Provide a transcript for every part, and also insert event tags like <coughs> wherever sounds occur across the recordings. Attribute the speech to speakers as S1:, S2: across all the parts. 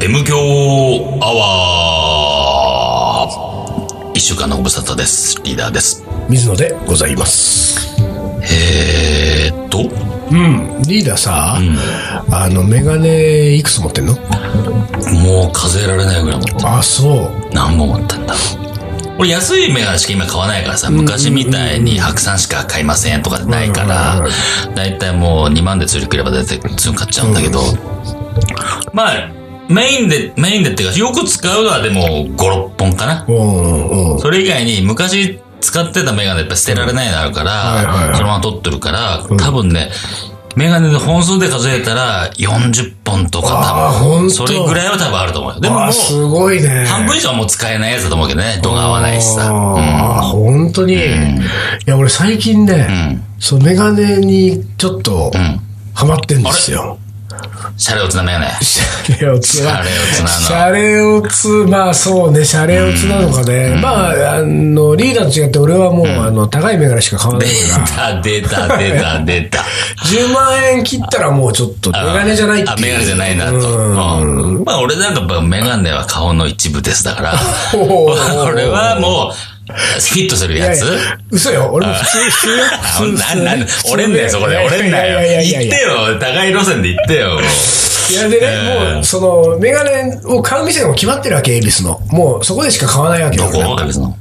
S1: M 強アワー一週間のご無沙汰です。リーダーです。
S2: 水野でございます。
S1: えーっと、
S2: うん。リーダーさ、あの、メガネいくつ持ってんの
S1: もう数えられないぐらい持ってる
S2: あ、そう。
S1: 何本持ったんだろう。俺安いメガネしか今買わないからさ、昔みたいに白山しか買いませんとかないから、だいたいもう2万で釣り切れば大体すぐ買っちゃうんだけど、まあ、メインで、メインでっていうか、よく使うのはでも5、6本かな。
S2: うんうんうん。
S1: それ以外に昔使ってたメガネやっぱ捨てられないのあるから、
S2: いはいはい
S1: そのまま取ってるから、多分ね、メガネの本数で数えたら40本とか
S2: あー
S1: 多
S2: ほんと
S1: 分、それぐらいは多分あると思うよ。でもも
S2: あ、
S1: う、
S2: すごいね。
S1: 半分以上はもう使えないやつだと思うけどね、度が合わないしさ。
S2: あー、本当に。いや、俺最近ね、
S1: うん。
S2: そのメガネにちょっと、ハマってんですよ。
S1: シャレオツなメガネ。
S2: シャレオツは
S1: シャレオツなの
S2: シャレオツ、まあそうね、シャレオツなのかね。まあ、あの、リーダーと違って俺はもう、あの、高いメガネしか買わないから。
S1: 出た、出た、出た、出
S2: <laughs>
S1: た。
S2: 10万円切ったらもうちょっと、メガネじゃないっていう。
S1: あ、メガネじゃないなと。
S2: うん
S1: うんまあ俺なんかやっぱメガネは顔の一部ですだから、
S2: おー
S1: <laughs> 俺はもう、フィットするやつ
S2: いやいや嘘よ、俺も普通、普通よ
S1: あ
S2: 普通
S1: な、
S2: 普通
S1: な、な折れんだよ、そこで。折れんない
S2: や
S1: よ。
S2: い
S1: 行
S2: やいやいやい
S1: って
S2: や
S1: よ、高い路線で行ってよ。
S2: いやでね、もう、その、メガネを買う店がもう決まってるわけ、恵比寿の。もう、そこでしか買わないわけ
S1: ど
S2: よ。
S1: こか別 <laughs> の。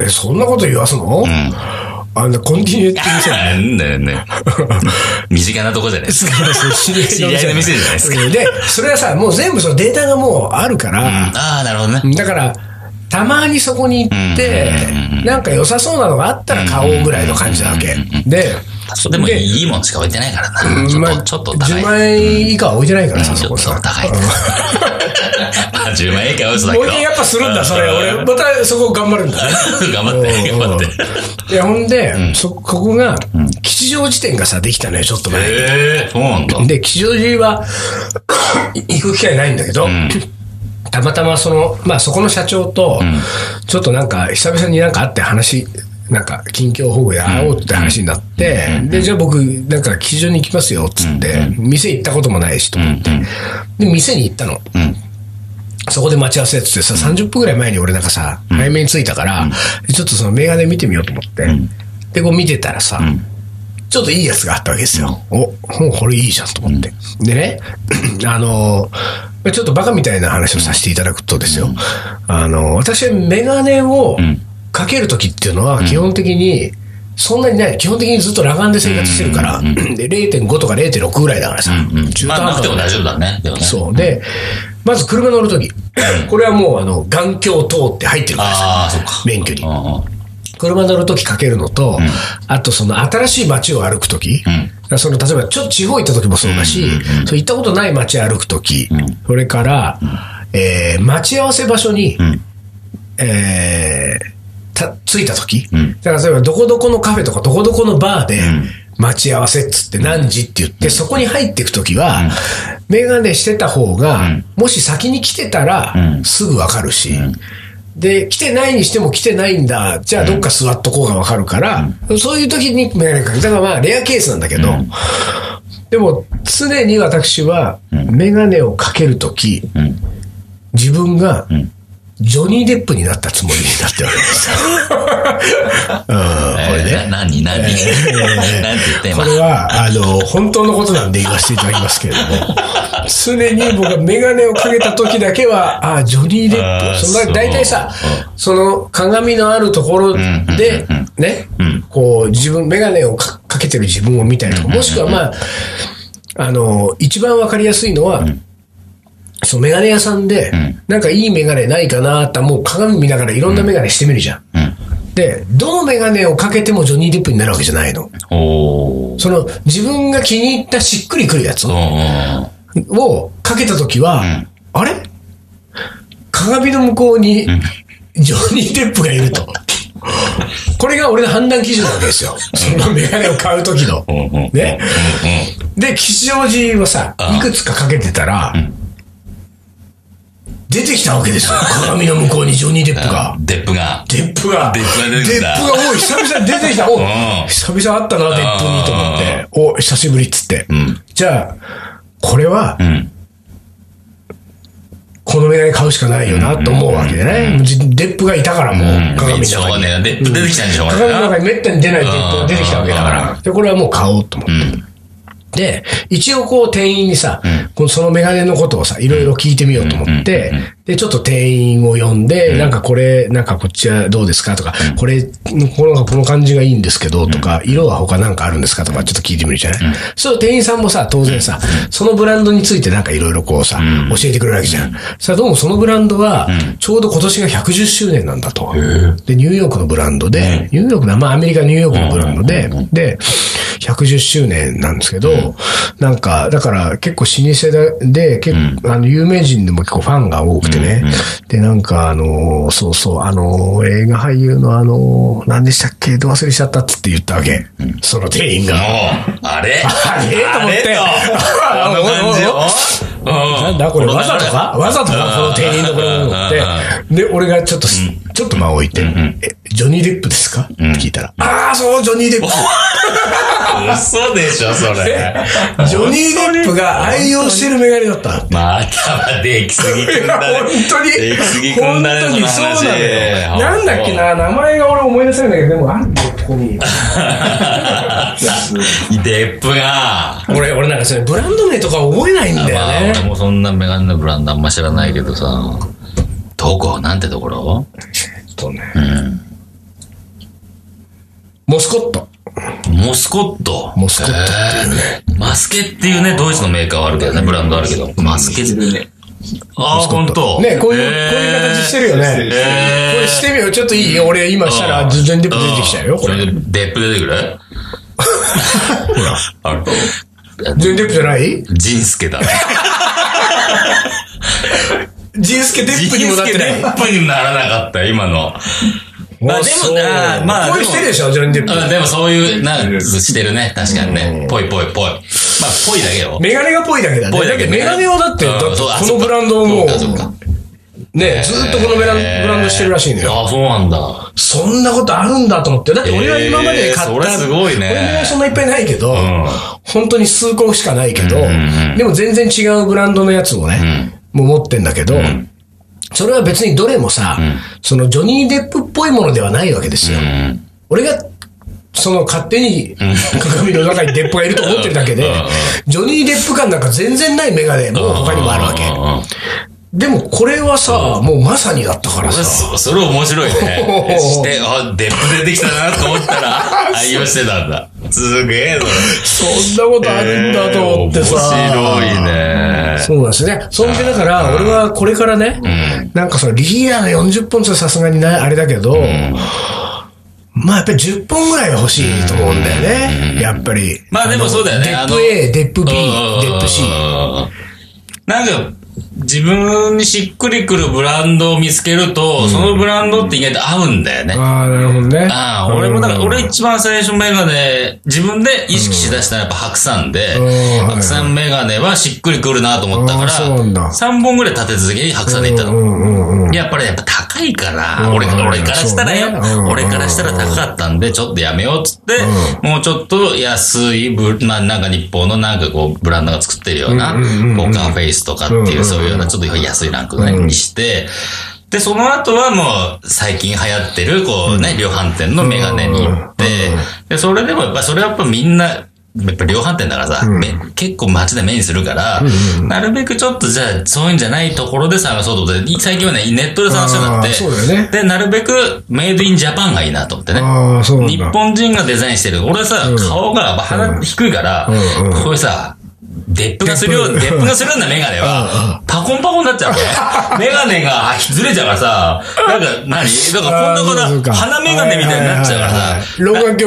S2: え、そんなこと言わすの
S1: ん
S2: あんな、コンティニューって店だよ
S1: なんだよね。身近なとこじゃないですか。
S2: 知り
S1: <laughs> 知り合いの店じゃないですか。
S2: うんで、それはさ、もう全部そのデータがもうあるから、
S1: ああ、なるほどね。
S2: だから、たまにそこに行って、なんか良さそうなのがあったら買おうぐらいの感じなわけ。で、
S1: でもいいもんしか置いてないからな。ちょ
S2: ま
S1: っと、
S2: あ
S1: ちょっと高い。
S2: 10万円以下は置いてないからさ、
S1: ち
S2: そ
S1: ょ
S2: こ
S1: っと
S2: さ。
S1: 高い。まあ、10万円以 <laughs> 下は嘘だけ
S2: も
S1: ど。
S2: う一回やっぱするんだ、それ。
S1: <laughs>
S2: 俺、またそこ頑張るんだね。
S1: 頑張って、頑張って。
S2: いや、ほんで、そ、ここが、吉祥寺店がさ、できたのよ、ちょっと前に。
S1: ええ、そうなんだ。
S2: で、吉祥寺は、 <coughs> い行く機会ないんだけど、たまたまその、まあそこの社長と、ちょっとなんか久々になんか会って話、なんか近況保護や会おうって話になって、で、じゃあ僕、なんか吉祥寺に行きますよ、つって、店行ったこともないし、と思って、で、店に行ったの。そこで待ち合わせっつってさ、30分ぐらい前に俺なんかさ、早めに着いたから、ちょっとそのメガネ見てみようと思って、で、こう見てたらさ、ちょっといいやつがあったわけですよ。お、もうこれいいじゃんと思って。でね、 <clears throat> あの、ちょっとバカみたいな話をさせていただくとですよ。あの、私はメガネをかけるときっていうのは基本的に、そんなにない。基本的にずっと裸眼で生活してるから、で、0.5とか0.6ぐらいだからさ、中途
S1: まあ、
S2: 半
S1: なく
S2: 端
S1: ても
S2: な
S1: 大丈夫だね。でもね。
S2: そう。で、まず車乗るとき、これはもう、あの、眼鏡通って入ってるからさ、
S1: ああ、そっか。
S2: 免許に
S1: う。んうん
S2: 車乗るときかけるのと、あとその新しい街を歩くとき、その例えばちょっと地方行ったときもそうだし、そう行ったことない街歩くとき、それから、えー待ち合わせ場所に、えーた着いたとき、だから例えばどこどこのカフェとかどこどこのバーで、待ち合わせっつって何時って言って、そこに入っていくときは、メガネしてた方が、もし先に来てたら、すぐわかるし、で、来てないにしても来てないんだ。じゃあどっか座っとこうがわかるから、そういう時にメガネかける。だからまあレアケースなんだけど、でも常に私はメガネをかける時、自分がジョニー・デップになったつもりになってるわけですよ。
S1: えーな何 <laughs> 何何て言って今
S2: これは、あの、本当のことなんで言わせていただきますけれども、常に僕がメガネをかけた時だけは、ああ、ジョニー・デ
S1: あ
S2: ッ
S1: ー
S2: プ。そ
S1: そ
S2: の
S1: う
S2: 大体さ、その鏡のあるところで、ね、こう、自分、メガネをかかけてる自分を見たりとか、もしくはまあ、あの、一番わかりやすいのは、そう、メガネ屋さんで、なんかいいメガネないかなって、もう鏡見ながらいろんなメガネしてみるじゃん。で、どのメガネをかけてもジョニー・デップになるわけじゃないの。
S1: おー。
S2: その自分が気に入ったしっくりくるやつ
S1: うん
S2: を
S1: うん
S2: かけたときは、あれ鏡の向こうにジョニー・デップがいると。これが俺の判断基準なわけですよ。そのメガネを買うときの。
S1: うんう
S2: ね
S1: ん。うん。うん
S2: で、吉祥寺をさ、いくつかかけてたら、出てきたわけですよ。鏡の向こうにジョニー・デップが。
S1: デップが。
S2: デップが、
S1: デップが出てきた
S2: デップがおい、久々に出てきた。おい
S1: ん
S2: 久々あったな、デップにと思って。お久しぶりっつって。じゃあ、これは、
S1: ん
S2: この眼鏡買うしかないよなと思うわけでね。じデップがいたからもう、鏡の
S1: しょう
S2: 中
S1: が
S2: に。
S1: ねえな。で、出てきたんでしょうがね
S2: 鏡
S1: え
S2: の
S1: な。
S2: 中にめったに出ないデップが出てきたわけだから。で、これはもう買おうと思って。で、一応こう店員にさ、このそのメガネのことをさ、いろいろ聞いてみようと思って、で、ちょっと店員を呼んで、なんかこれ、なんかこっちはどうですかとか、これ、このこの感じがいいんですけど、とか、色は他なんかあるんですかとか、ちょっと聞いてみるじゃない、そう、店員さんもさ、当然さ、そのブランドについてなんかいろいろこうさ、教えてくれるわけじゃん。さあ、どうもそのブランドは、ちょうど今年が110周年なんだと。で、ニューヨークのブランドで、ニューヨークな、まあアメリカニューヨークのブランドで、で、110周年なんですけど、なんか、だから結構老舗だで、結構、あの、有名人でも結構ファンが多くてね。で、なんか、あのー、そうそう、あのー、映画俳優のあのー、何でしたっけど忘れしちゃったっつって言ったわけ。その店員が。
S1: もう、あれ
S2: あれと思って
S1: あれとこの感じよ。な
S2: なんだこれわざとかわざとかこの店員のこれを持って。で、俺がちょっとす、ちょっと間を置いて、え、ジョニー・デップですかって聞いたら、ああ、そう、ジョニー・デップ。
S1: 嘘でしょ、それ。
S2: ジョニー・デップが愛用してるメガネだった。
S1: またはできすぎくん
S2: いや
S1: だね。
S2: <laughs> 本当に
S1: できすぎ、くん
S2: 本
S1: だね、
S2: 当
S1: その
S2: にそうな
S1: 話。
S2: のよ。なんだっけな、名前が俺思い出せないんだけど、でもあるんだよ、ここに。
S1: デップが。
S2: 俺、俺なんかそれ、ブランド名とか覚えないんだ
S1: まあ、
S2: よ
S1: 俺
S2: ね。
S1: もそんなメガネのブランドあんま知らないけどさ。どこなんてところ
S2: とね。モスコット。
S1: モスコット。
S2: モスコットって
S1: えーマスケっていうね、ドイツのメーカーはあるけどね、ブランドあるけど。マスケ。ああ、ほんと。
S2: ね、こういう、
S1: えー
S2: こういう形してるよね。
S1: えー
S2: これしてみよう。ちょっといい俺今したら、全然デップ出てきちゃうよ、こ
S1: そ
S2: れ。
S1: れで、デップ出て
S2: <laughs>
S1: くるほら。ある
S2: 全然デップじゃない
S1: ジンスケだね。
S2: ジンスケデップにもなってない。
S1: デップにならなかった、今の。まあでも
S2: そう
S1: なまあ
S2: こういうしてるでしょ、ジョニー・デップ。
S1: うん、でもそういう、なんか、してるね。確かにね。ぽいぽいぽい。まあ、ぽいだけよ。
S2: メガネがぽいだけだね。
S1: ぽいだ
S2: っ
S1: け
S2: てメガネをだって、
S1: うん
S2: だって
S1: そうあ
S2: こ
S1: そ
S2: の
S1: っか
S2: ブランドをもう、
S1: そうかそうか
S2: ね、ずっとこのブラン
S1: えー
S2: ブランドしてるらしいのよ。
S1: あ、そうなんだ。
S2: そんなことあるんだと思って。だって俺は今まで買った。
S1: えーそれすごいね
S2: 俺もそんないっぱいないけど、
S1: ん
S2: 本当に数個しかないけど、
S1: うんうん
S2: でも全然違うブランドのやつをね、もう持ってんだけど、それは別にどれもさ、そのジョニー・デップっぽいものではないわけですよ。
S1: うん。
S2: 俺が、その勝手に鏡の中にデップがいると思ってるだけで
S1: うんうん、
S2: ジョニー・デップ感なんか全然ないメガネも他にもあるわけ。
S1: け。
S2: でもこれはさ、もうまさにだったからさ。
S1: そそれ面白いね。
S2: おー
S1: して、あ、デップ出てきたなと思った
S2: <laughs>
S1: ら、愛用してたんだ。すげえ、それ。
S2: そんなことあるんだと思ってさ。
S1: えー面白いね。
S2: そうなんですね。そんでだから、俺はこれからね、なんかそのリーダーの40本ってさすがになあれだけど、まあやっぱり10本ぐらいは欲しいと思うんだよね。やっぱり。
S1: まあでもそうだよね
S2: あ
S1: あ
S2: の
S1: の
S2: デップ A、デップ B、デップ C。
S1: なんか、自分にしっくりくるブランドを見つけると、そのブランドって意外と合うんだよね。
S2: ああ、なるほどね。
S1: ああ、俺もだから、
S2: うん
S1: 俺一番最初メガネ、自分で意識しだしたのはやっぱ白山で
S2: うん、
S1: 白山メガネはしっくりくるなと思ったか
S2: あーそうなんだ
S1: ら、3本ぐらい立て続けに白山で行ったの。やっぱりやっぱ高いから、俺から、俺からしたらよ
S2: そうねうん、
S1: 俺からしたら高かったんで、ちょっとやめようっつって、もうちょっと安いブ、まあなんか日本のなんかこう、ブランドが作ってるような、ポーカーフェイスとかっていう、そういうようなちょっと安いランクのねにして、で、その後はもう、最近流行ってる、こうね、量販店のメガネに行って、で、それでもやっぱ、それはやっぱみんな、やっぱ量販店だからさ、め結構街で目にするから、なるべくちょっとじゃあ、そういうんじゃないところで探そうと思って、最近はね、ネットで探してたっ
S2: あー
S1: て、
S2: そうだよね
S1: で、なるべくメイドインジャパンがいいなと思ってね。
S2: ああ、そうなんだ。
S1: 日本人がデザインしてる。俺さ、顔が鼻低いから、
S2: うんうん
S1: こういうさ、デップがするよう、
S2: デッ
S1: デ
S2: プ
S1: ップがするようなメガネは、パコンパコンになっちゃう
S2: <laughs>
S1: わけ。メガネがずれちゃうからさ、なんか何、だからこん
S2: あー
S1: な
S2: そ
S1: こ
S2: うか
S1: と、鼻メガネみたいになっちゃうか
S2: はい
S1: ら
S2: はいはい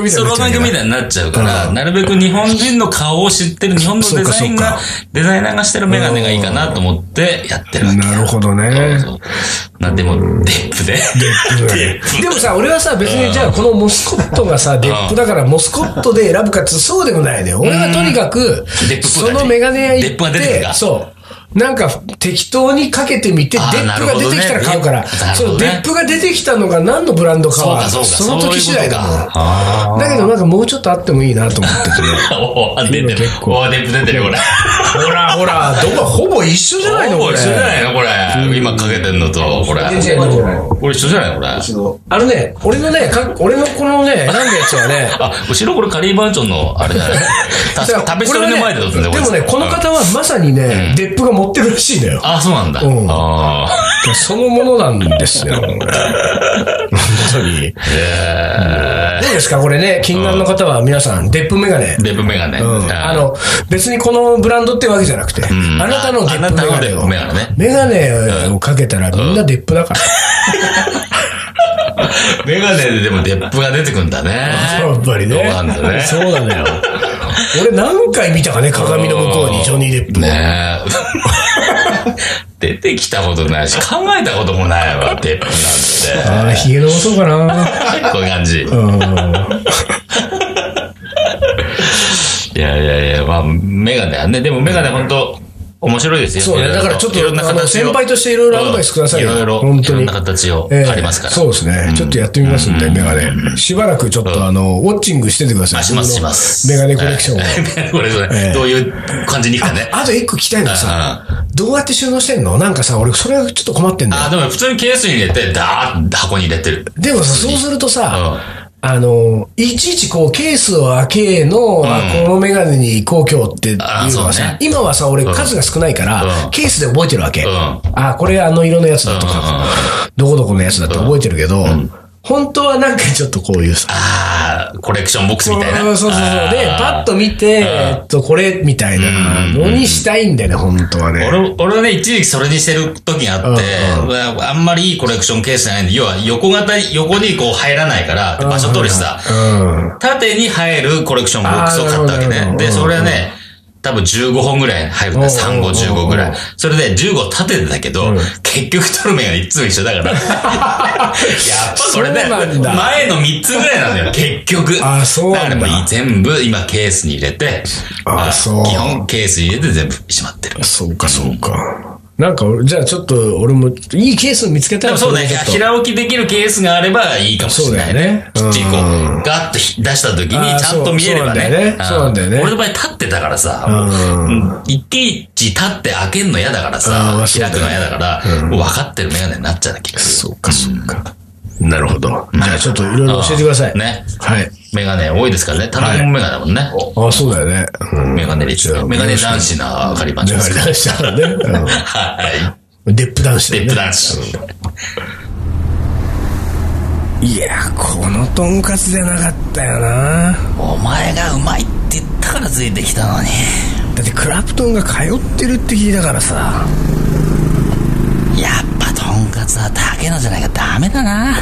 S1: さ、
S2: 老眼鏡みたいになっ
S1: な
S2: ちゃうね
S1: みたいになっちゃうから、なるべく日本人の顔を知ってる日本のデザイン
S2: そう
S1: が
S2: か、
S1: デザイナーがしてるメガネがいいかなと思ってやってるわけ。
S2: なるほどね。
S1: そうな、でも、デップで。デップ
S2: でもさ、俺はさ、別にじゃあこのモスコットがさ、デップだからモスコットで選ぶかってそうでもないね。俺はとにかく
S1: デッ、プっぽい
S2: そのメガネ屋
S1: デ
S2: 行
S1: ップ
S2: っ
S1: が出てくる
S2: て、
S1: か
S2: そう。なんか適当にかけてみて、デ
S1: あー
S2: ップが出てきたら買うから、
S1: なるほどね
S2: そのデップが出てきたのが何のブランドか
S1: そう
S2: は、
S1: か、そうか、
S2: その時次第だ
S1: そういうこと
S2: も
S1: か。
S2: ん。だけどなんかもうちょっとあってもいいなと思ってて。
S1: <laughs> おー出てる
S2: 結。構
S1: おー出てる、出てる、これ。
S2: ほらほ <laughs> ら、どこほぼ一緒じゃないの
S1: ほ
S2: こ
S1: ぼ
S2: れ。
S1: 一緒じゃないのこれ。今かけてんのと、これ。
S2: 全然違うと思う
S1: これ一緒じゃないのこれ。
S2: あのね、俺のね、か俺のこの
S1: <laughs>
S2: ね、選んだやつはね、
S1: あ、後ろこれカリーバージョンの、あれじゃないた
S2: <laughs> だから
S1: 食べそれの前で撮ってんだよ
S2: これはねでもね、この方はまさにね、デップが持ってるらしいのよ。
S1: あ、そうなんだ。
S2: うん
S1: ああ。
S2: そのものなんです <laughs> よ。本当に。ど
S1: え
S2: うですかこれね、禁断の方は皆さん、デップメガネ
S1: ー。デブメガネ。
S2: うん、あの、別にこのブランドってわけじゃなくて、
S1: ん
S2: あなたのデ
S1: ああなたのデ
S2: ッ
S1: ッ
S2: プ
S1: プ
S2: メ
S1: メ
S2: ガネを
S1: ガネね。
S2: メガネをかけたらみんなデップだから。
S1: メガネででもデップが出てくんだね。
S2: やっぱりね。
S1: そうなんだね。
S2: そうなのよ。俺何回見た
S1: <laughs>
S2: かね、鏡の向こうにジョニー・デップ。
S1: ね <laughs> え。出てきたことないし、考えたこともないわ、デップなん
S2: ああ、ヒゲのそうかな。
S1: て。こういう感じ。
S2: うん。
S1: いやいやいや、まあ、メガネはね、でもメガネ本当面白いですよ。
S2: そうね
S1: いろいろ
S2: だからちょっと
S1: いろんな
S2: あの
S1: 形を
S2: 先輩としていろいろアドバイスくださいよ
S1: うんいろいろ、
S2: 本当に
S1: いろんな形を
S2: ええ
S1: ありますから。
S2: そうですね。ちょっとやってみますんで、メガネ。しばらくちょっとあの、ウォッチングしててください。
S1: あしますします。
S2: メガネコレクションを。
S1: はいメガネコレクションね
S2: ええ
S1: どういう感じにいくかね。
S2: あと一個聞きたいのはさ、どうやって収納してんのなんかさ、俺それがちょっと困ってんだよ
S1: あ、。でも普通にケースに入れて、ダーッて箱に入れてる。
S2: でもさ、そうするとさ、あの、いちいちこう、ケースを開けの、あこのメガネに行こう今日っていうの
S1: あそ
S2: は
S1: う
S2: さ
S1: ね、
S2: 今はさ、俺数が少ないから
S1: う、ん
S2: ケースで覚えてるわけ
S1: うん。。
S2: あ、これあの色のやつだと
S1: うんうんう
S2: か
S1: ん、
S2: どこどこのやつだって覚えてるけど、本当はなんかちょっとこういうさ、
S1: ああ、コレクションボックスみたいな。
S2: そうそうそうそう。で、
S1: あー
S2: パッと見て、えっと、これみたいなのにしたいんだよね、本当はね。
S1: 俺、俺はね、一時期それにしてる時があって、
S2: う
S1: あんまりいいコレクションケースじゃないんで、要は横型に、横にこう入らないから、場所取るしさ、
S2: うん。
S1: 縦に入るコレクションボックスを買ったわけ
S2: あーなるほ
S1: ね。
S2: ど
S1: で、それはね、多分15本ぐらい入るんだ。
S2: うん
S1: 3、
S2: う
S1: 5、
S2: ん
S1: 15ぐら
S2: う
S1: い
S2: ん。
S1: それで15縦でだけど、結局取る面がいつも一緒だ
S2: <laughs>
S1: から。やっぱそれね
S2: そうなんだ
S1: 前の3つぐらいなんだよ、結局。
S2: あそうなんだ
S1: からもう全部今ケースに入れて、
S2: あ
S1: まあ
S2: そう
S1: 基本ケースに入れて全部しまってる。
S2: そうか、そうか。なんか、じゃあちょっと、俺も、いいケース見つけた
S1: で
S2: ら
S1: もそう <laughs> ね、
S2: ちょっと
S1: 平置きできるケースがあればいいかもしれないね。
S2: そうだよねうん
S1: きっちりこう、ガッとひ出した時
S2: あー
S1: にちゃんと見えればね。
S2: そうそうなんだよね
S1: う
S2: そうな
S1: 俺
S2: ん
S1: の場合立ってたからさ、
S2: う
S1: もういちいち立って開けんの嫌だから
S2: あーま
S1: さ
S2: あ、そうだ
S1: 開
S2: ね
S1: くの嫌だから、もう分かってるメガネになっちゃうな気がす
S2: そうか、そうか。なるほど。じゃあちょっといろいろ教えてください。
S1: る。。ね。
S2: はい。
S1: メガネ多いですからね。単独もメガネだもんね。
S2: あ、そうだよね。うん。
S1: メガネ率
S2: じゃあ。
S1: メガネ男子な明かり番
S2: メ
S1: で
S2: ガ
S1: す
S2: ネ
S1: か
S2: 男子だからね。
S1: ら。はい。
S2: うんデップ男子だ
S1: デ
S2: よ
S1: ッ
S2: ね
S1: プ男子。
S2: いや、このトンカツじゃなかったよな。
S1: お前がうまいって言ったからついてきたのに。
S2: だってクラプトンが通ってるって聞いたからさ。
S1: やっぱとんかつは竹野じゃないかダメだな。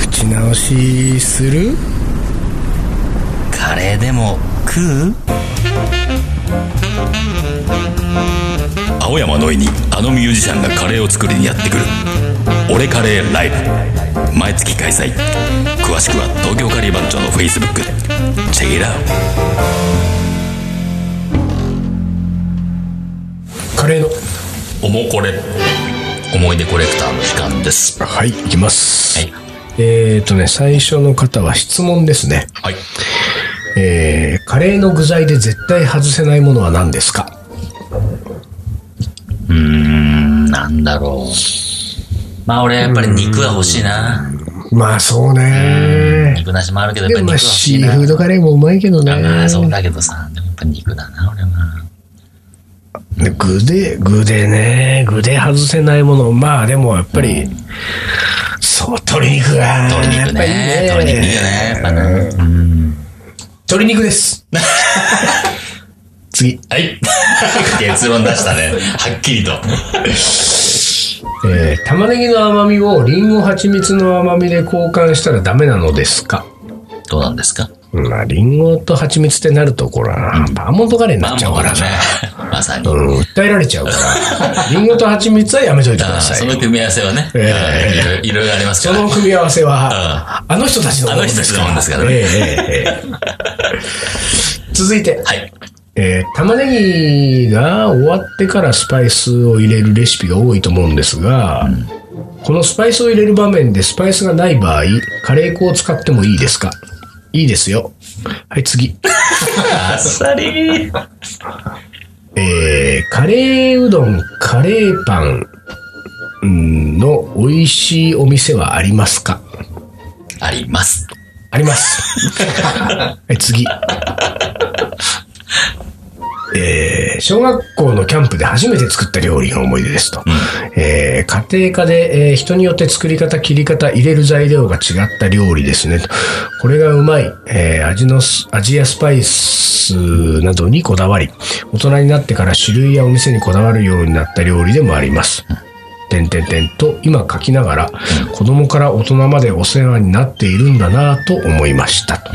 S2: 口直しする
S1: カレーでも食う青山のいにあのミュージシャンがカレーを作りにやってくる「俺カレーライブ」毎月開催詳しくは東京カリー番長のフェイスブックチェイラー
S2: カレーの。
S1: おもこれ思い出コレクターの時間ですは
S2: はい、いきます。
S1: い
S2: えっ、ー、とね、最初の方は質問ですね。
S1: はい
S2: えー、カレーの具材で絶対外せないものは何ですか
S1: うーんなんだろうまあ俺やっぱり肉は欲しいな
S2: まあそうね。
S1: 肉なしもあるけどやっぱ
S2: でもまあ
S1: り肉は欲し
S2: シ
S1: い
S2: ー
S1: な
S2: フードカレーもうまいけどね。
S1: まあそうだけどさでもやっぱ肉だな俺は
S2: で具で、具でね、具で外せないもの。まあでもやっぱり、そう、鶏肉が。
S1: 鶏肉ね。
S2: やっぱり
S1: 鶏肉いいよね。やっぱね。うん
S2: 鶏肉です。 <laughs> 次。
S1: はい。 <laughs> 結論出したね。はっきりと。
S2: えー、玉ねぎの甘みをリンゴ蜂蜜の甘みで交換したらダメなのですか
S1: どうなんですか
S2: まあ、リンゴと蜂蜜ってなると、これは、バーモントカレーになっちゃうから
S1: ね
S2: ね。。
S1: まさに。
S2: うん、訴えられちゃうから。 <laughs> リンゴと蜂蜜はやめといてく
S1: あ
S2: だ
S1: ー
S2: さ
S1: そ
S2: い。
S1: の組み合わせはね。うんいろいろいろいろあります
S2: そ
S1: から。
S2: の組み合わせは、あの人たちのもの
S1: あの人たちのものですからね
S2: <laughs> ええええええ続いて、
S1: はい。
S2: ええー玉ねぎが終わってからスパイスを入れるレシピが多いと思うんですが、このスパイスを入れる場面でスパイスがない場合、カレー粉を使ってもいいですかいいですよ。はい、次。
S1: あっさりー
S2: えーカレーうどん、カレーパンうんの美味しいお店はありますか
S1: あります。
S2: あります。はい、次。えー小学校のキャンプで初めて作った料理の思い出ですと。えー家庭科で、えー人によって作り方、切り方、入れる材料が違った料理ですねと。これがうまい、えー味のス、味やスパイスなどにこだわり、大人になってから種類やお店にこだわるようになった料理でもあります。点々点と今書きながら、子供から大人までお世話になっているんだなぁと思いましたと。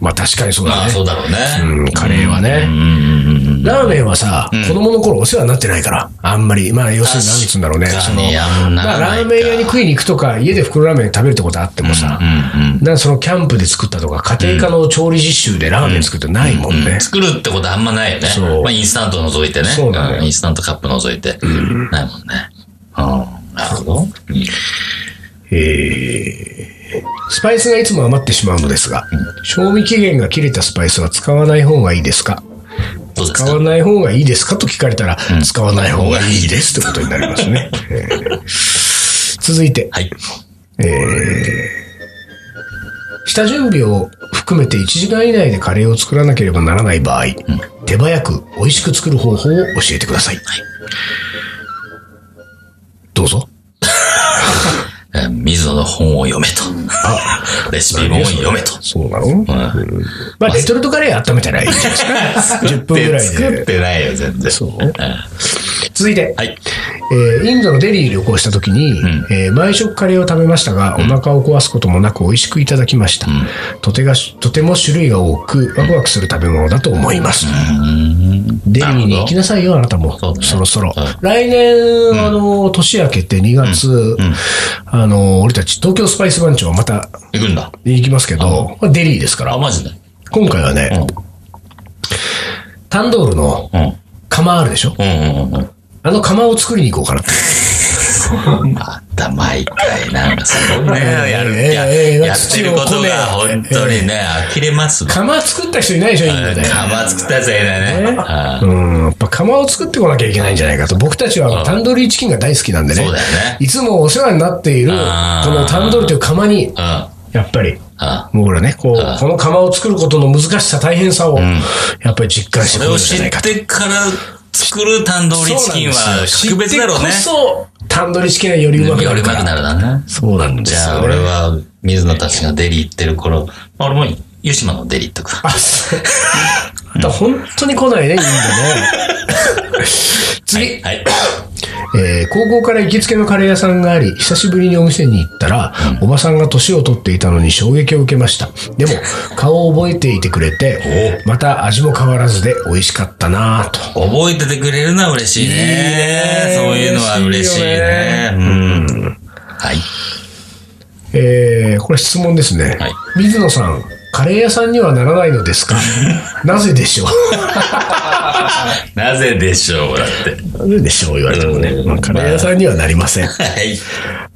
S2: まあ確かにそう
S1: ま
S2: だ
S1: あ、
S2: ね。
S1: そうだろうね。
S2: うん、カレーは
S1: う
S2: ね。
S1: んうんうんうん。
S2: ラーメンはさ、子供の頃お世話になってないから、あんまり、まあ要するに何つうんだろうね。
S1: 確
S2: そ
S1: か
S2: の
S1: にあんま
S2: まあ
S1: ならな
S2: ラ
S1: いか
S2: ーメン屋に食いに行くとか、家で袋ラーメン食べるってことあってもさ、
S1: うんうん。
S2: だからそのキャンプで作ったとか、家庭科の調理実習でラーメン作ってないもんね。
S1: 作るってことあんまないよね。
S2: そう
S1: まあ、インスタント除いてね。
S2: そうなのよ
S1: んインスタントカップ除いて。ないもんね。うん。なるほど。うん
S2: えースパイスがいつも余ってしまうのですが、賞味期限が切れたスパイスは使わない方がいいですか
S1: どうです
S2: 使わ
S1: か
S2: ない方がいいですかと聞かれたら、使わない方がいいですってことになりますね。えー続いて、
S1: はい。
S2: 下準備を含めて1時間以内でカレーを作らなければならない場合、手早く美味しく作る方法を教えてください。どうぞ。
S1: えー水野の本を読めと。 <laughs> レシピ本を読めと。
S2: そうなの
S1: うん
S2: まあ、レトルトカレー温めたらいいじゃないですか。10分ぐらいで
S1: 作ってないよ、全然。
S2: そう
S1: <laughs> は
S2: 続いて、
S1: い。
S2: えーインドのデリーに旅行した時に、
S1: ん
S2: えー毎食カレーを食べましたが、お腹を壊すこともなく美味しくいただきました、とてがとても種類が多くワクワクする食べ物だと思います、デリーに行きなさいよあなたも
S1: そうだね
S2: そろそろ、
S1: うん
S2: 来年、あの年明けて2月、あの俺たち東京スパイス番長また
S1: 行くんだ。
S2: 行きますけど、まあ、デリーですから
S1: あ、マジで。
S2: 今回はね、タンドールの
S1: うん。
S2: 釜あるでしょ
S1: うんうんうんうん。
S2: あの釜を作りに行こうかなって
S1: また毎回、なんかすごいね。
S2: ええ
S1: やる、
S2: <laughs> ええ
S1: や
S2: ええ
S1: やってることが、
S2: 土をこね
S1: 本当にね、呆れますね。
S2: 釜作った人いないでしょインドで
S1: 釜作ったぜ、だね。ああ
S2: うん、やっぱ釜を作ってこなきゃいけないんじゃないかと。僕たちはタンドリーチキンが大好きなんでね。
S1: そうだよね
S2: いつもお世話になっている、こ
S1: あー
S2: のタンドリーという釜に、
S1: うん。
S2: やっぱり、
S1: あ
S2: もうほらね、こう、この釜を作ることの難しさ、大変さを、やっぱり実感して
S1: そ
S2: く
S1: れ
S2: るん
S1: を
S2: じ
S1: 知
S2: ゃないか
S1: っ
S2: と。
S1: てから作るタンドリーチキンは格別だろうね。
S2: そうなんですよ知ってこそ、タンドリーチキンはよりうまく
S1: よ
S2: な
S1: り
S2: る
S1: うま
S2: か
S1: くな
S2: ら。
S1: るだな。
S2: そうなんで
S1: じ
S2: す
S1: ゃあ、
S2: よ、
S1: 俺
S2: ね。
S1: は、水野たちがデリー行ってる頃、まあ俺も、湯島のデリーとか。
S2: あ、そう。 <laughs> あと本当に来ない
S1: <laughs>
S2: ね、インドね。次。
S1: はい。
S2: えー高校から行きつけのカレー屋さんがあり、久しぶりにお店に行ったら、おばさんが年を取っていたのに衝撃を受けました。でも、顔を覚えていてくれて、また味も変わらずで美味しかったなぁと。
S1: 覚えててくれるのは嬉しい
S2: い
S1: ね。
S2: いね
S1: そういうのは嬉しいね。うん。はい。
S2: えーこれ質問ですね。
S1: はい
S2: 水野さん、カレー屋さんにはならないのです <laughs> かなぜでしょう
S1: なぜでしょうだって。
S2: なぜでしょう言われてもね。
S1: うん
S2: まあカレー屋さんにはなりません。は
S1: は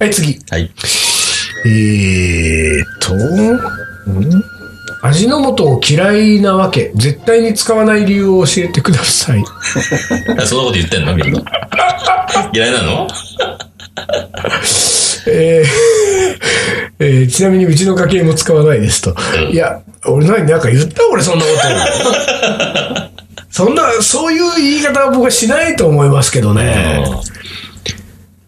S1: い。
S2: い、次。
S1: はい。
S2: えーっと、ん味の素を嫌いなわけ、絶対に使わない理由を教えてください。
S1: あそんなこと言ってんのみんな。嫌いなの
S2: えーえーちなみにうちの家計も使わないですと。いや、俺何、なんか言った俺そんなこと。そんな、そういう言い方は僕はしないと思いますけどね。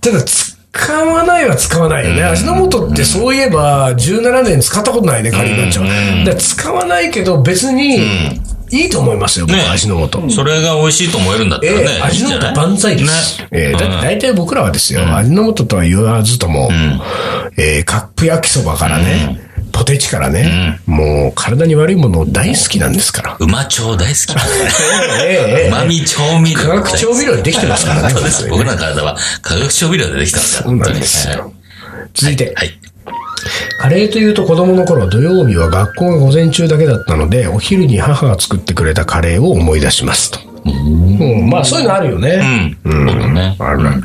S2: ただ、使わないは使わないよね。味の素ってそういえば、17年使ったことないね、カリー番長。
S1: うん
S2: だから使わないけど、別に、いいと思いますよ、僕
S1: ね
S2: 味の素。
S1: それが美味しいと思えるんだったらね
S2: え。え味の素万歳です。ええだって大体僕らはですよ、味の素とは言わずとも、ええカップ焼きそばからね、ポテチからね、もう体に悪いもの大好きなんですから。
S1: うま調大好き。 <laughs>
S2: ええ
S1: うまみ調味料。
S2: 化学調味料でできてますからね
S1: <laughs> そうです
S2: 本当にね
S1: 僕らの体は化学調味料でできたんですよ。
S2: そうなんですよ。続いて、
S1: はい。
S2: カレーというと子供の頃、土曜日は学校が午前中だけだったので、お昼に母が作ってくれたカレーを思い出しますと。うん、まあそういうのあるよね。
S1: うん。そうだね。
S2: あるある。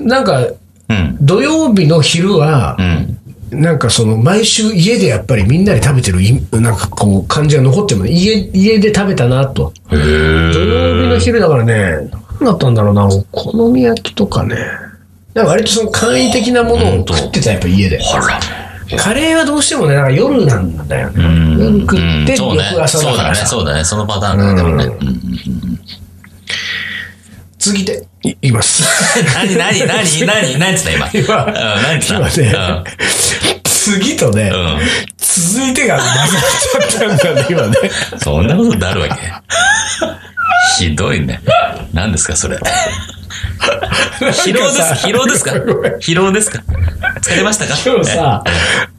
S2: なんか、
S1: うん。
S2: 土曜日の昼は
S1: う、ん。
S2: なんかその、毎週家でやっぱりみんなで食べてるい、なんかこう、感じが残ってるのね家、家で食べたなと。
S1: へ
S2: 土曜日の昼だからね、何だったんだろうな、お好み焼きとかね。なんか割とその簡易的なものを食ってた、やっぱ家で。
S1: ほら。
S2: カレーはどうしてもね、なんか夜なんだよね。夜食
S1: うん
S2: って、
S1: そうね。
S2: 翌朝
S1: そ
S2: だ
S1: う
S2: か
S1: だ
S2: ら
S1: ね。
S2: さ
S1: そうだね。そのパターンだね。でもね。 <laughs> うん
S2: 次で、いいき
S1: <laughs>
S2: ます。
S1: 何、何、何、何、何つった今。
S2: 今
S1: うん、何つった
S2: 今ね、 <laughs> 次とね、
S1: うん。
S2: 続いてが混ざっちゃったんだね、今ね。
S1: うん。そんなことになるわけ。ひどいね。何ですか、それ。 <laughs> 疲労です。疲労ですか疲労ですか疲れましたか
S2: 今日さ、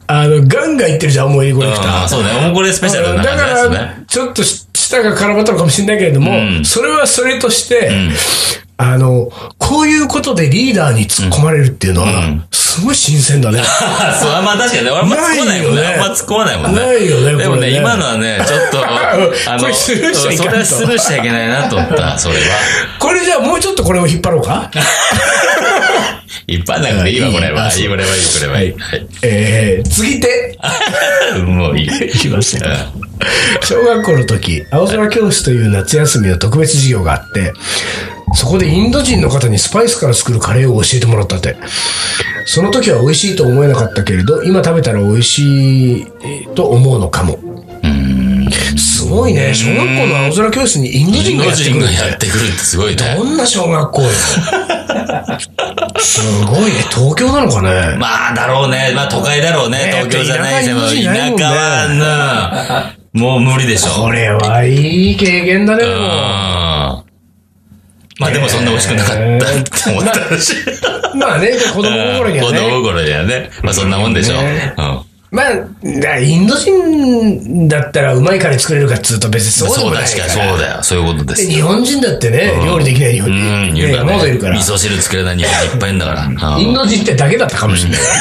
S2: あの、ガンガンいってるじゃん、思いコレクタ
S1: うん
S2: ー。
S1: そうね。オンゴレスペシャルな
S2: だ
S1: 感
S2: か
S1: じですね。
S2: ら、ちょっとし舌が絡まったのかもしれないけれども、
S1: うん
S2: それはそれとして、あの、こういうことでリーダーに突っ込まれるっていうのは、
S1: うん
S2: すごい新鮮
S1: <laughs>
S2: だね。
S1: そう、あまあ確かにね、俺あんま突っ込まないもん
S2: ないよ
S1: ね。
S2: ね
S1: あんま突っ込まないもんね。
S2: ないよねこれね
S1: でもね、今のはね、ちょ
S2: <laughs>
S1: っと、あ
S2: こ
S1: の、
S2: れスルーしちゃいかんと
S1: それはスルーしちゃいけないなと思った、それ
S2: <laughs>
S1: は。
S2: これじゃあもうちょっとこれを引っ張ろうか
S1: 一般なく <laughs> ていいわ、これは。
S2: い
S1: い
S2: い
S1: い、これはいい、これはいい。はい
S2: えー、次手。
S1: もういい。きました
S2: 小学校の時、青空教室という夏休みの特別授業があって、そこでインド人の方にスパイスから作るカレーを教えてもらったって。その時は美味しいと思えなかったけれど、今食べたら美味しいと思うのかも。すごいね。小学校の青空教室にインド
S1: イ
S2: 人
S1: ン
S2: が
S1: ド
S2: やってく
S1: 人
S2: る
S1: が
S2: っ
S1: や
S2: て
S1: っ。てくるってすごいね
S2: ど。んな小学
S1: <laughs>
S2: 校よ。すごいね。東京なのかね。
S1: まあ、だろうね。まあ、都会だろうね。
S2: ね
S1: 東京じゃないでも、
S2: だっ
S1: 田
S2: て田舎にいないもんね
S1: 舎は、なもう無理でしょ。
S2: これはいい経験だね、で
S1: うん
S2: も。
S1: まあ、でもそんな美味しくなかったって思ったし。
S2: まあね、子供心には
S1: 子
S2: ね。
S1: 供心にはね。まあ、そんなもんでしょう。
S2: ね
S1: うん。
S2: まあ、だインド人だったらうまいカレー作れるかっつうと別にそうで
S1: そ
S2: も
S1: う、
S2: ない
S1: 確
S2: か。
S1: からにそうだよ。そういうことで。
S2: です日本人だってね、料理できない日本人。
S1: うん、い
S2: ね
S1: るから
S2: 山ほどいる
S1: ね。
S2: から
S1: 味。噌汁作れない日本いっぱいいるんだから。うん
S2: インド人ってだけだったかもしれないから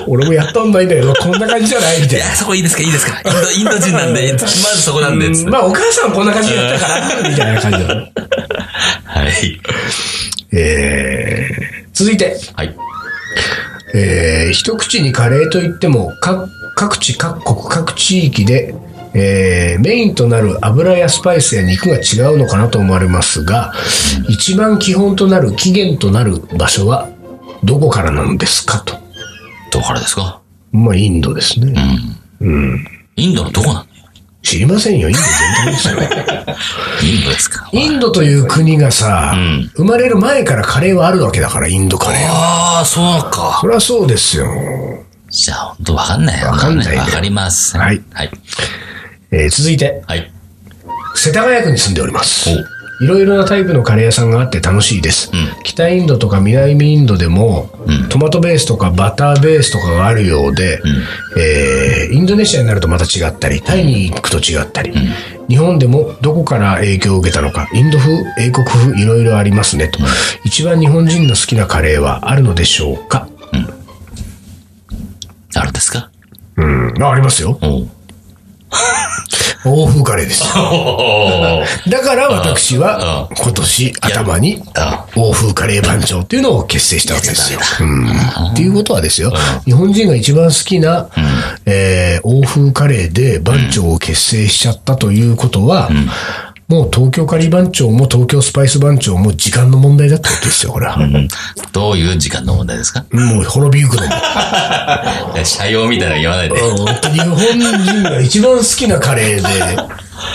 S2: ね。俺もやったんないんだけど、こんな感じじゃないみたいな。
S1: あそこいいですかいいですかインド、
S2: <laughs>
S1: インド人なんで、まずそこなんで、つって。
S2: まあ、お母さんこんな感じでやったから、みたいな感じだね。
S1: はい。
S2: えー、続いて、
S1: はい。
S2: えー一口にカレーといっても各各地各国各地域で、えーメインとなる油やスパイスや肉が違うのかなと思われますが一番基本となる起源となる場所はどこからなのですかと
S1: どこからですか
S2: まあインドですね、
S1: インドのどこなの
S2: 知りませんよインド全体ですよ <laughs>
S1: インドですか
S2: インドという国がさ、
S1: ん
S2: 生まれる前からカレーはあるわけだからインドカレーは
S1: ああ、そうか。
S2: そりゃそうですよ
S1: じゃあ、ほんとわかんないよ。
S2: わかんないね
S1: わかります。
S2: はい
S1: はい。
S2: えー続いて
S1: はい。
S2: 世田谷区に住んでおります
S1: おう。
S2: いろいろなタイプのカレー屋さんがあって楽しいです、
S1: うん
S2: 北インドとか南インドでも、
S1: うん
S2: トマトベースとかバターベースとかがあるようで、えーインドネシアになるとまた違ったりタイに行くと違ったり、日本でもどこから影響を受けたのかインド風英国風いろいろありますねと、一番日本人の好きなカレーはあるのでしょうか
S1: あるんですか
S2: うんあありますよ
S1: おう
S2: 欧風カレーです
S1: おー
S2: だから私は今年頭に
S1: あ
S2: 欧風カレー番長っていうのを結成したわけですよ。うんっていうことはですよ、日本人が一番好きな、えー欧風カレーで番長を結成しちゃったということは、もう東京カリー番長も東京スパイス番長も時間の問題だってことですよ、これは。
S1: うんどういう時間の問題ですか
S2: もう滅びゆくのも。
S1: いや社用みたいなの言わないで。
S2: 本当に日本人が一番好きなカレーで、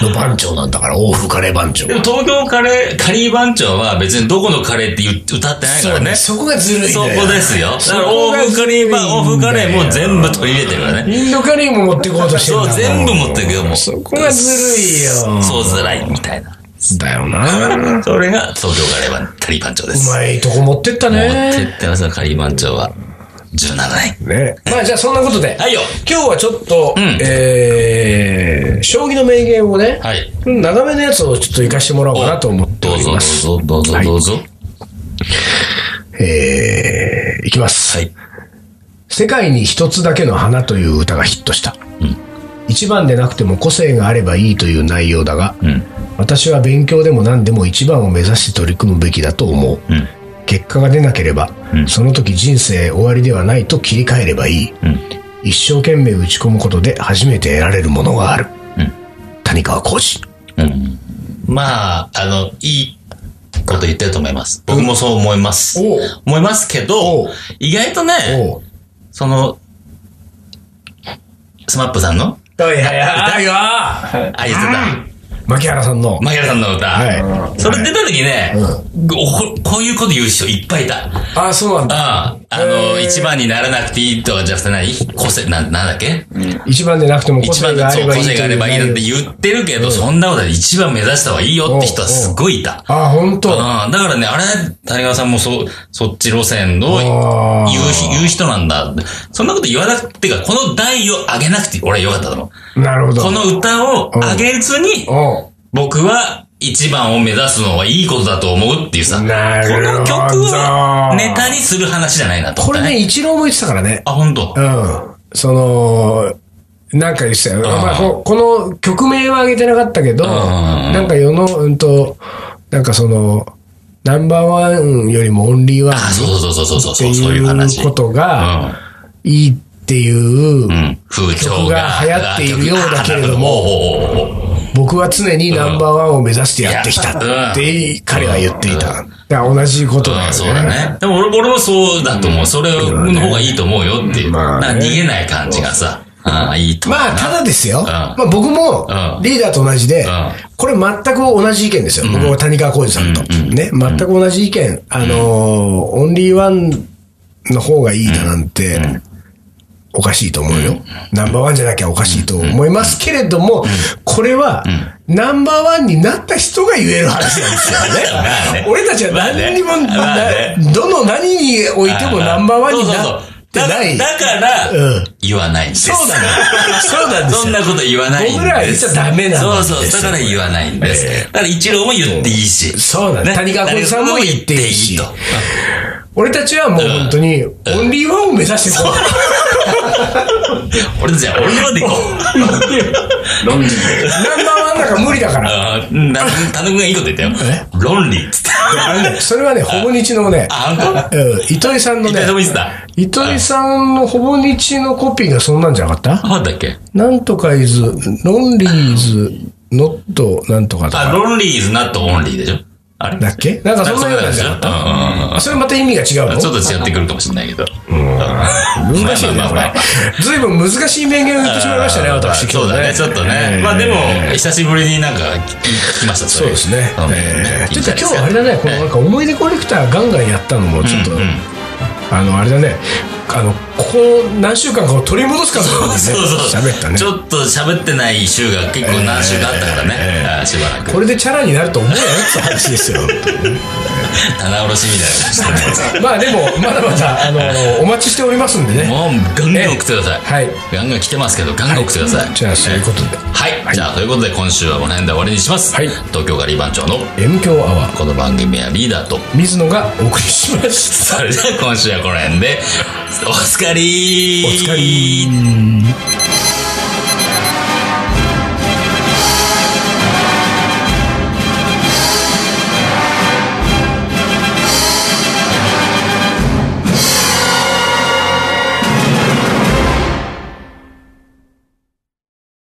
S2: の番長なんだから、欧風カレー番長
S1: <laughs> で。も東京カレー、カリー番長は別にどこのカレーって言う歌ってないからね。
S2: そこがずるいん
S1: そ
S2: だよ。
S1: こですよ。だ
S2: そ
S1: から、
S2: こ
S1: オ
S2: が
S1: ーフカリーバー、オーフカレーも
S2: ずるいんだよ
S1: 全部取り入れてるからね。
S2: インドカレーも持ってこうとしてるん
S1: そ
S2: だ
S1: う、
S2: もん
S1: 全部持ってくよ、もう。
S2: そこがずるいよ。
S1: そうずらい、みたいな。
S2: だよな。
S1: それが、東京カレー番、カリー番長で
S2: う
S1: す。
S2: まいとこ持ってった
S1: 持
S2: ね。
S1: ってってますよ、カリー番長は。17年。
S2: ね。まあじゃあそんなことで、
S1: はいよ
S2: 今日はちょっと、
S1: ん
S2: えー、将棋の名言をね、
S1: はい。
S2: 長めのやつをちょっと活かしてもらおうかなと思って
S1: ど
S2: お
S1: う
S2: り
S1: ぞ
S2: ます。
S1: どうぞどうぞどうぞ。
S2: えー、いきます。
S1: はい。
S2: 世界に一つだけの花という歌がヒットした。一番でなくても個性があればいいという内容だが、
S1: ん
S2: 私は勉強でも何でも一番を目指して取り組むべきだと思う。
S1: うん
S2: 結果が出なければ、その時人生終わりではないと切り替えればいい。
S1: ん
S2: 一生懸命打ち込むことで初めて得られるものがある。
S1: うん
S2: 谷川浩司。
S1: うんまあ、あの、いいこと言ってると思います。僕もそう思います。
S2: おう
S1: 思いますけ
S2: お
S1: ど
S2: う、
S1: 意外とね、
S2: おう
S1: その、スマップさんの
S2: はいはいはいは
S1: あ、言ってた。
S2: 牧原さんの。
S1: マギラさんの歌。
S2: は
S1: それ出た時ね、おこ、こういうこと言う人いっぱいいた。
S2: ああ、そうなんだ。
S1: ああ、あの、一番にならなくていいとかじゃなくてない個性、な、なんだっけ
S2: 一番でなくても個
S1: 一
S2: 性
S1: 番
S2: が
S1: だ
S2: あ
S1: と
S2: れ
S1: 個
S2: ばいいと
S1: 性があ
S2: い
S1: れ
S2: う
S1: ばいいなんて言ってるけど、そんなことで一番目指した方がいいよって人はすごいいた。
S2: ああ、本当。あ
S1: うん、だからね、あれ、谷川さんもそ、そっち路線の言う
S2: あ
S1: 人、言う人なんだ。そんなこと言わなくて、か、この台を上げなくて、俺はよかっただろ。
S2: ー。なるほど。
S1: この歌を上げずに、
S2: おう
S1: 僕は一番を目指すのはいいことだと思うっていうさ、こ
S2: なるほ
S1: の
S2: ど
S1: 曲をネタにする話じゃないなと思
S2: こ
S1: った
S2: れ
S1: ね。
S2: ね、一郎も言ってたからね。
S1: あ、本当。
S2: うん。その、なんか言ってたよ。まあ、ここの曲名は上げてなかったけど、
S1: ん
S2: なんか世の、うんと、なんかその、ナンバーワンよりもオンリーワン
S1: あ、
S2: っ
S1: そうそうそうそうそう
S2: て
S1: そう、そういう
S2: い
S1: 話。
S2: うこと
S1: うん
S2: が、いいっていう、
S1: うん、風潮が
S2: 曲が流行っているようだけれども
S1: あなるほどおうおうおうおう
S2: 僕は常にナンバーワンを目指してやってきたって彼は言っていた。だから同じことだよ
S1: あ
S2: ね。
S1: そうだね。でも俺俺もそうだと思う。それの方がいいと思うよっていう。
S2: まあね
S1: なんか逃げない感じがさ。ああ、いいと思うな。
S2: まあ、ただですよ。
S1: ん
S2: まあ、僕も
S1: うん、
S2: リーダーと同じで
S1: ん、
S2: これ全く同じ意見ですよ。僕は谷川浩司さんと。ね、全く同じ意見。あのー、オンリーワンの方がいいだなんて、おかしいと思うよ。ナンバーワンじゃなきゃおかしいと思いますけれども、これは、ナンバーワンになった人が言える話なんですよ
S1: まあね
S2: ね。俺たちは何にも、
S1: まあねまあね
S2: などの何においてもナンバーワンにな
S1: そ
S2: っ
S1: うそうそう
S2: て
S1: だ
S2: ない。
S1: だから、
S2: うん
S1: 言わないんです。
S2: そうだね。そうなんですよ
S1: <laughs> そんなこと言わないんです。
S2: 僕らは言っちゃダメなんですよ
S1: そうそう。だから言わないんです。
S2: え
S1: だから一郎も言っていいし。
S2: そうだね谷川浩司さんも言っていいし
S1: 谷川浩司も言っていい
S2: 俺たちはもう本当に、オンリーワンを目指してこう。
S1: と。俺たちは俺ので行こう。
S2: <laughs>
S3: 論理で。
S2: ナンバーワンなんか無理だから。
S1: あーな田野くんがいいこと言ったよ。論理っつって。
S2: あのねそれはね、ほぼ日のね、
S1: あ、ほんと
S2: うん糸井さんの
S1: 一体
S2: ね
S1: ど、こ行ってた
S2: 糸井さんのほぼ日のコピーがそんなんじゃなかった
S1: あ、なんだっけ
S2: なんとかイズ、ロンリーズ、ノット、なんとかと
S1: あ、
S2: か。
S1: ロンリーズ、ナットオンリーでしょあれ
S2: だっけなんかそんなようなんじゃなかっ
S1: うんうんうん
S2: たそれまた意味が違うの
S1: ちょっと違ってくるかもしれないけど。
S2: 難しいね
S1: まあ、
S2: こ
S1: まあま
S2: れ。
S1: あ
S2: ずいぶん難しい名言を言ってしまいましたね、私。
S1: そうだね、ちょっとね。まあでも、久しぶりになんか聞きました、
S2: そうですね。えーちょっと今日あれだね、このなんか思い出コレクターガンガンやったのも、ちょっと、あの、あれだね、あの、ここ何週間かを取り戻すかと思
S1: そうそう。
S2: ね、喋ったね
S1: ち。ょっと喋ってない週が結構何週かあったからね。しばらく。
S2: これでチャラになると思うよって話ですよ。
S1: 棚卸しみたいな感じで。
S2: まあでも、まだまだ、あの、お待ちしておりますんでね。
S1: もう、ガンガン送ってください。
S2: はい。
S1: ガンガン来てますけど、ガンガン送ってください。
S2: じゃあ、そういうことで。
S1: はい、じゃあということで今週はこの辺で終わりにします、
S2: はい
S1: 東京ガリバン長の
S2: M 強アワー、
S1: この番組はリーダーと
S2: 水野がお送りしました。
S1: それじゃあ今週はこの辺でおつかり
S2: お疲れ。